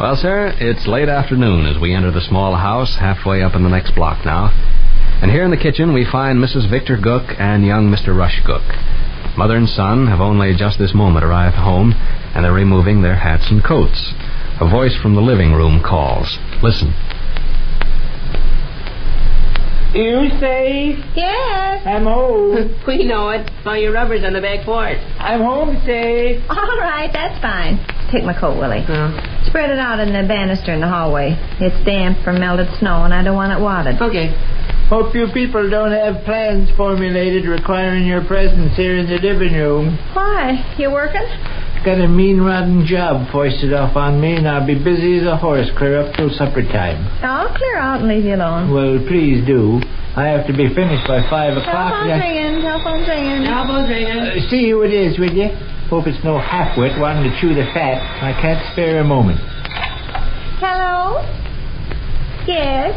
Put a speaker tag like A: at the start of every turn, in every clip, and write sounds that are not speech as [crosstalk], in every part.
A: Well, sir, it's late afternoon as we enter the small house halfway up in the next block now. And here in the kitchen, we find Mrs. Victor Gook and young Mr. Rush Gook. Mother and son have only just this moment arrived home, and they're removing their hats and coats. A voice from the living room calls. Listen.
B: You say
C: Yes. [laughs]
B: I'm home.
D: We know it. All your rubber's on the back porch.
B: I'm home, say.
C: All right, that's fine. Take my coat, Willie.
D: Oh.
C: Spread it out in the banister in the hallway. It's damp from melted snow, and I don't want it wadded.
D: Okay.
B: Hope you people don't have plans formulated requiring your presence here in the living room.
C: Why? You working?
B: Got a mean, rotten job foisted off on me, and I'll be busy as a horse clear up till supper time.
C: I'll clear out and leave you alone.
B: Well, please do. I have to be finished by five o'clock.
C: Telephone's ringing. Telephone's ringing.
D: Elbows ringing.
B: Uh, see who it is, will you? Hope it's no halfwit wanting to chew the fat. I can't spare a moment.
C: Hello? Yes.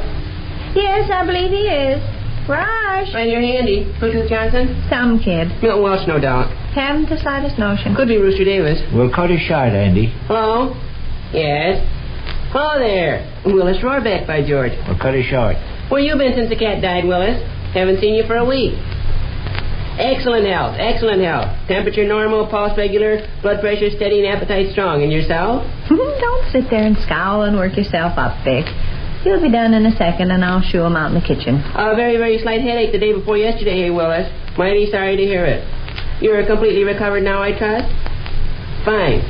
C: Yes, I believe he is. Rush.
D: And you're handy. Who's Johnson?
C: Some kid.
D: Milton Welsh, no doubt.
C: Haven't the slightest notion.
D: Could be Rooster Davis.
B: We'll cut it short, Andy.
D: Hello? Yes? Hello there. Willis Roarback, by George.
B: We'll cut it short.
D: Where you been since the cat died, Willis? Haven't seen you for a week. Excellent health, excellent health. Temperature normal, pulse regular, blood pressure steady, and appetite strong. And yourself?
C: Mm-hmm, Don't sit there and scowl and work yourself up, Vic. You'll be done in a second, and I'll shoo him out in the kitchen.
D: A very, very slight headache the day before yesterday, hey, Willis. Mighty sorry to hear it. You're completely recovered now, I trust? Fine.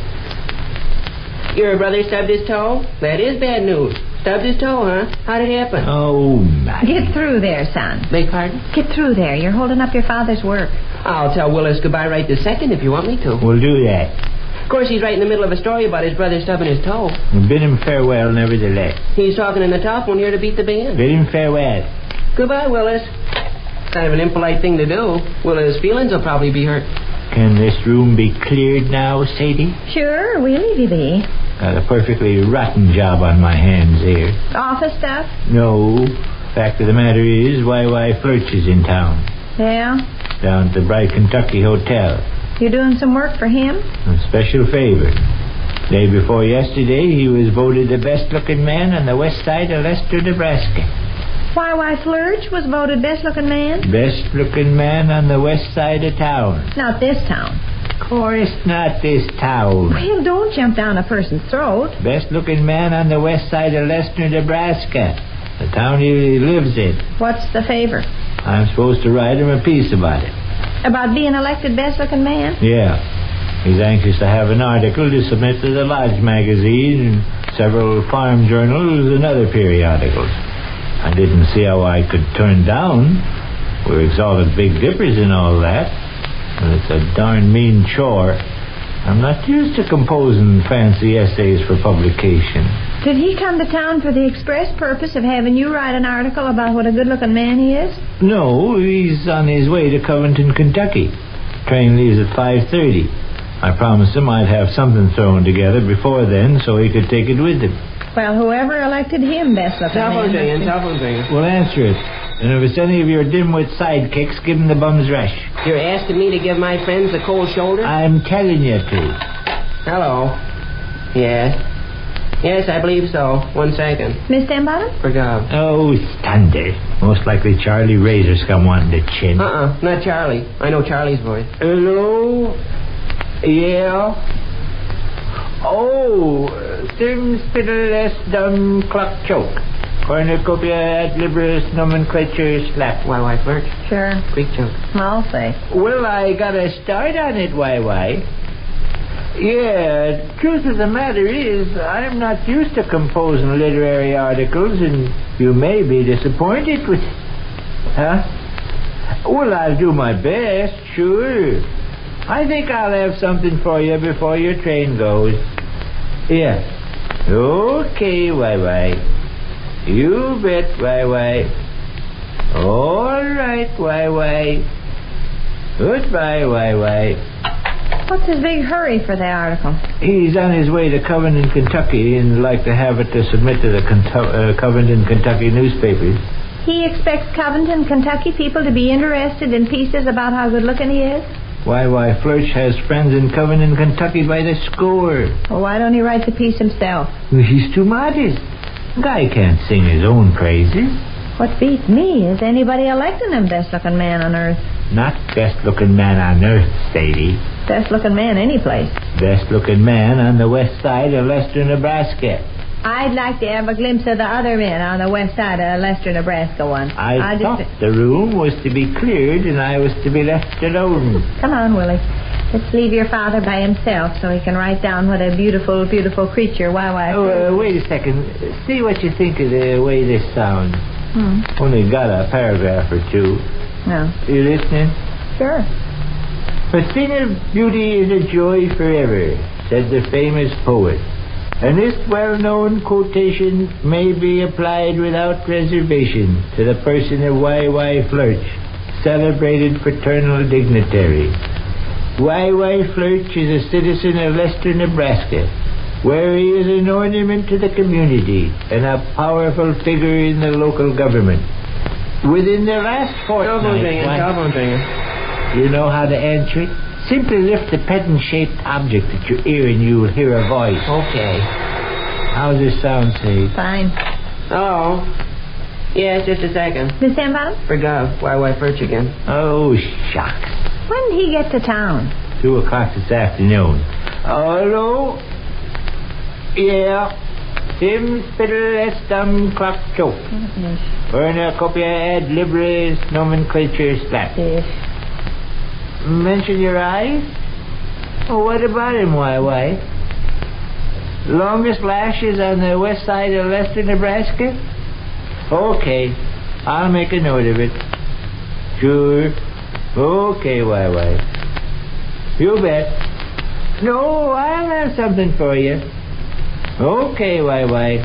D: Your brother stubbed his toe? That is bad news. Stubbed his toe, huh? How'd it happen?
B: Oh, my.
C: Get through there, son.
D: Beg pardon?
C: Get through there. You're holding up your father's work.
D: I'll tell Willis goodbye right this second if you want me to.
B: We'll do that.
D: Of course, he's right in the middle of a story about his brother stubbing his toe.
B: We'll bid him farewell, nevertheless.
D: He's talking in the telephone here to beat the band.
B: Bid him farewell.
D: Goodbye, Willis. Kind of an impolite thing to do. Willis' feelings will probably be hurt.
B: Can this room be cleared now, Sadie?
C: Sure, we'll leave you be.
B: Got a perfectly rotten job on my hands here.
C: Office stuff?
B: No. Fact of the matter is, YY Furch is in town.
C: Yeah.
B: Down at the Bright Kentucky Hotel.
C: You're doing some work for him?
B: A special favor. Day before yesterday, he was voted the best looking man on the west side of Lester, Nebraska.
C: Why, why, Flurge was voted best looking man?
B: Best looking man on the west side of town.
C: Not this town.
B: Of course, not this town.
C: Well, don't jump down a person's throat.
B: Best looking man on the west side of Lester, Nebraska. The town he lives in.
C: What's the favor?
B: I'm supposed to write him a piece about it.
C: About being elected best looking man?
B: Yeah. He's anxious to have an article to submit to the Lodge magazine and several farm journals and other periodicals. I didn't see how I could turn down. We're exalted big dippers in all that. But it's a darn mean chore. I'm not used to composing fancy essays for publication.
C: Did he come to town for the express purpose of having you write an article about what a good looking man he is?
B: No, he's on his way to Covington, Kentucky. Train leaves at 5.30. I promised him I'd have something thrown together before then so he could take it with him.
C: Well, whoever elected him best looking
D: Telephone
C: man.
D: ringing, telephone ringing.
B: Well, answer it. And if it's any of your dimwit sidekicks, give 'em the bum's rush.
D: You're asking me to give my friends the cold shoulder?
B: I'm telling you to.
D: Hello. Yes. Yes, I believe so. One second.
C: Miss Denbottom?
D: Forgot.
B: Oh, thunder. Most likely Charlie Razor scum wanted the chin.
D: Uh-uh, not Charlie. I know Charlie's voice.
B: Hello? Yeah? Oh, Tim Spittles Dum Clock Choke. Cornucopia ad liberis nomenclature slap.
D: Why, why, Birch?
C: Sure.
D: Greek joke.
C: I'll say.
B: Well, I got a start on it, YY. Yeah, truth of the matter is, I'm not used to composing literary articles, and you may be disappointed with. Huh? Well, I'll do my best, sure. I think I'll have something for you before your train goes. Yeah. Okay, YY. You bet, YY. All right, YY. Goodbye, YY.
C: What's his big hurry for the article?
B: He's on his way to Covington, Kentucky, and would like to have it to submit to the Kentu- uh, Covington, Kentucky newspapers.
C: He expects Covington, Kentucky people to be interested in pieces about how good looking he is?
B: Why, why, Flirch has friends in Covington, Kentucky by the score.
C: Well, why don't he write the piece himself?
B: He's too modest. Guy can't sing his own praises.
C: What beats me is anybody electing him best looking man on earth.
B: Not best looking man on earth, Sadie.
C: Best looking man any place.
B: Best looking man on the west side of Lester, Nebraska.
C: I'd like to have a glimpse of the other men on the west side of Lester, Nebraska one.
B: I,
C: I'll
B: thought
C: just...
B: the room was to be cleared and I was to be left alone.
C: Come on, Willie. Let's leave your father by himself so he can write down what a beautiful, beautiful creature Wawa is.
B: Oh, uh, wait a second. See what you think of the way this sounds.
C: Hmm.
B: Only got a paragraph or two.
C: No.
B: You listening?
C: Sure.
B: A thing of beauty is a joy forever, said the famous poet. And this well known quotation may be applied without reservation to the person of Y.Y. Flirch, celebrated fraternal dignitary. Y.Y. Flirch is a citizen of Lester, Nebraska, where he is an ornament to the community and a powerful figure in the local government. Within the last
D: Telephone
B: fortnight,
D: dinging,
B: Y-
D: telephone dinging.
B: you know how to answer it? Simply lift the pattern shaped object at your ear and you will hear a voice.
D: Okay.
B: How's this sound, Sage?
C: Fine.
D: Oh. Yes, just a second.
C: Miss Sandbottom,
D: Forgot. Why, why, Furch again.
B: Oh, shucks.
C: when did he get to town?
B: Two o'clock this afternoon. Hello? Yeah. Sim spittle estam clock choke. Verna copia ad libris nomenclature slap. Mention your eyes? Oh, what about him, why, why? Longest lashes on the west side of Lester, Nebraska? Okay, I'll make a note of it. Sure. Okay, why, why? You bet. No, I'll have something for you. Okay, why, why?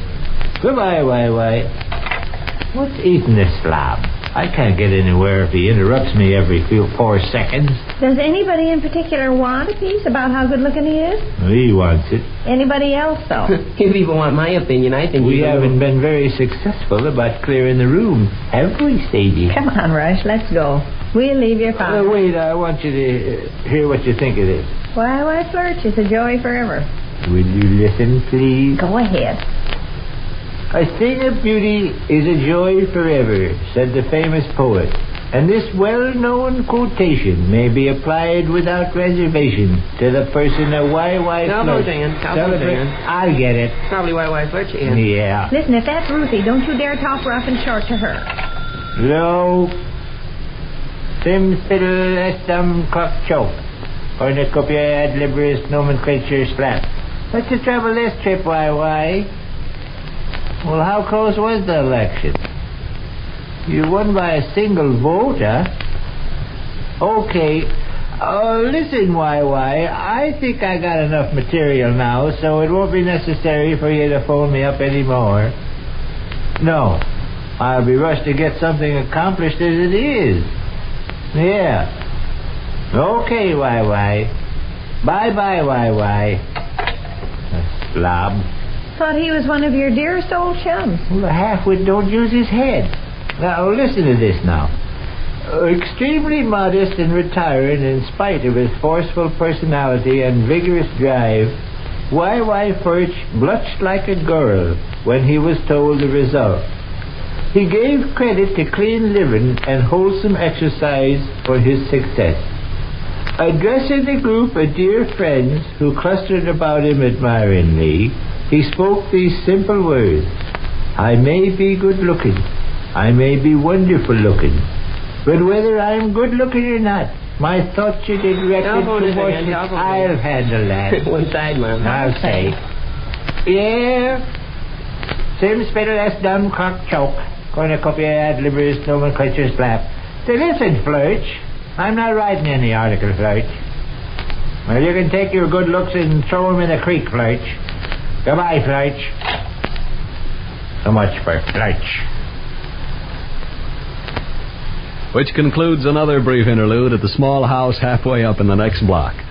B: Goodbye, why, why? What's eating this slob? I can't get anywhere if he interrupts me every few four seconds.
C: Does anybody in particular want a piece about how good looking he is?
B: He wants it.
C: Anybody else, though? [laughs]
D: [laughs] you people want my opinion. I think
B: We
D: you
B: haven't been very successful about clearing the room, have we, Sadie?
C: Come on, Rush, let's go. We'll leave your
B: Uh,
C: father.
B: wait, I want you to uh, hear what you think of this.
C: Why, why, Flirch is a joy forever.
B: Will you listen, please?
C: Go ahead.
B: A thing of beauty is a joy forever, said the famous poet. And this well known quotation may be applied without reservation to the person of Y.Y.
D: Cowboy
B: Flirch.
D: singing, cowboy
B: Celebrate-
D: singing.
B: I get it.
D: Probably why, why, Furch again.
B: Yeah.
C: Listen, if that's Ruthie, don't you dare talk rough and short to her.
B: Low. Sim fiddle estam cock choke. Cornucopia ad liberis nomenclature slap. What's the trouble this trip, YY? Well, how close was the election? You won by a single vote, huh? Okay. Uh, listen, YY, I think I got enough material now, so it won't be necessary for you to phone me up anymore. No. I'll be rushed to get something accomplished as it is. Yeah. Okay, why why. Bye bye, why why. Slob.
C: Thought he was one of your dearest old chums.
B: Well, the halfwit don't use his head. Now, listen to this now. Uh, Extremely modest and retiring in spite of his forceful personality and vigorous drive, YY Furch blushed like a girl when he was told the result. He gave credit to clean living and wholesome exercise for his success. Addressing the group of dear friends who clustered about him admiringly, he spoke these simple words I may be good looking, I may be wonderful looking, but whether I am good looking or not, my thoughts are directed
D: Telephone is
B: towards
D: again,
B: me.
D: telephone.
B: I'll handle
D: [laughs]
B: that.
D: One side, Mom.
B: I'll say. Yeah. Sim spittle S dumb cock choke. Going to copy ad liberis nomenclature slap. Say, listen, Flirch. I'm not writing any article, Flirch. Well, you can take your good looks and throw 'em in the creek, Flirch. Goodbye, Flirch. So much for Flirch.
A: Which concludes another brief interlude at the small house halfway up in the next block.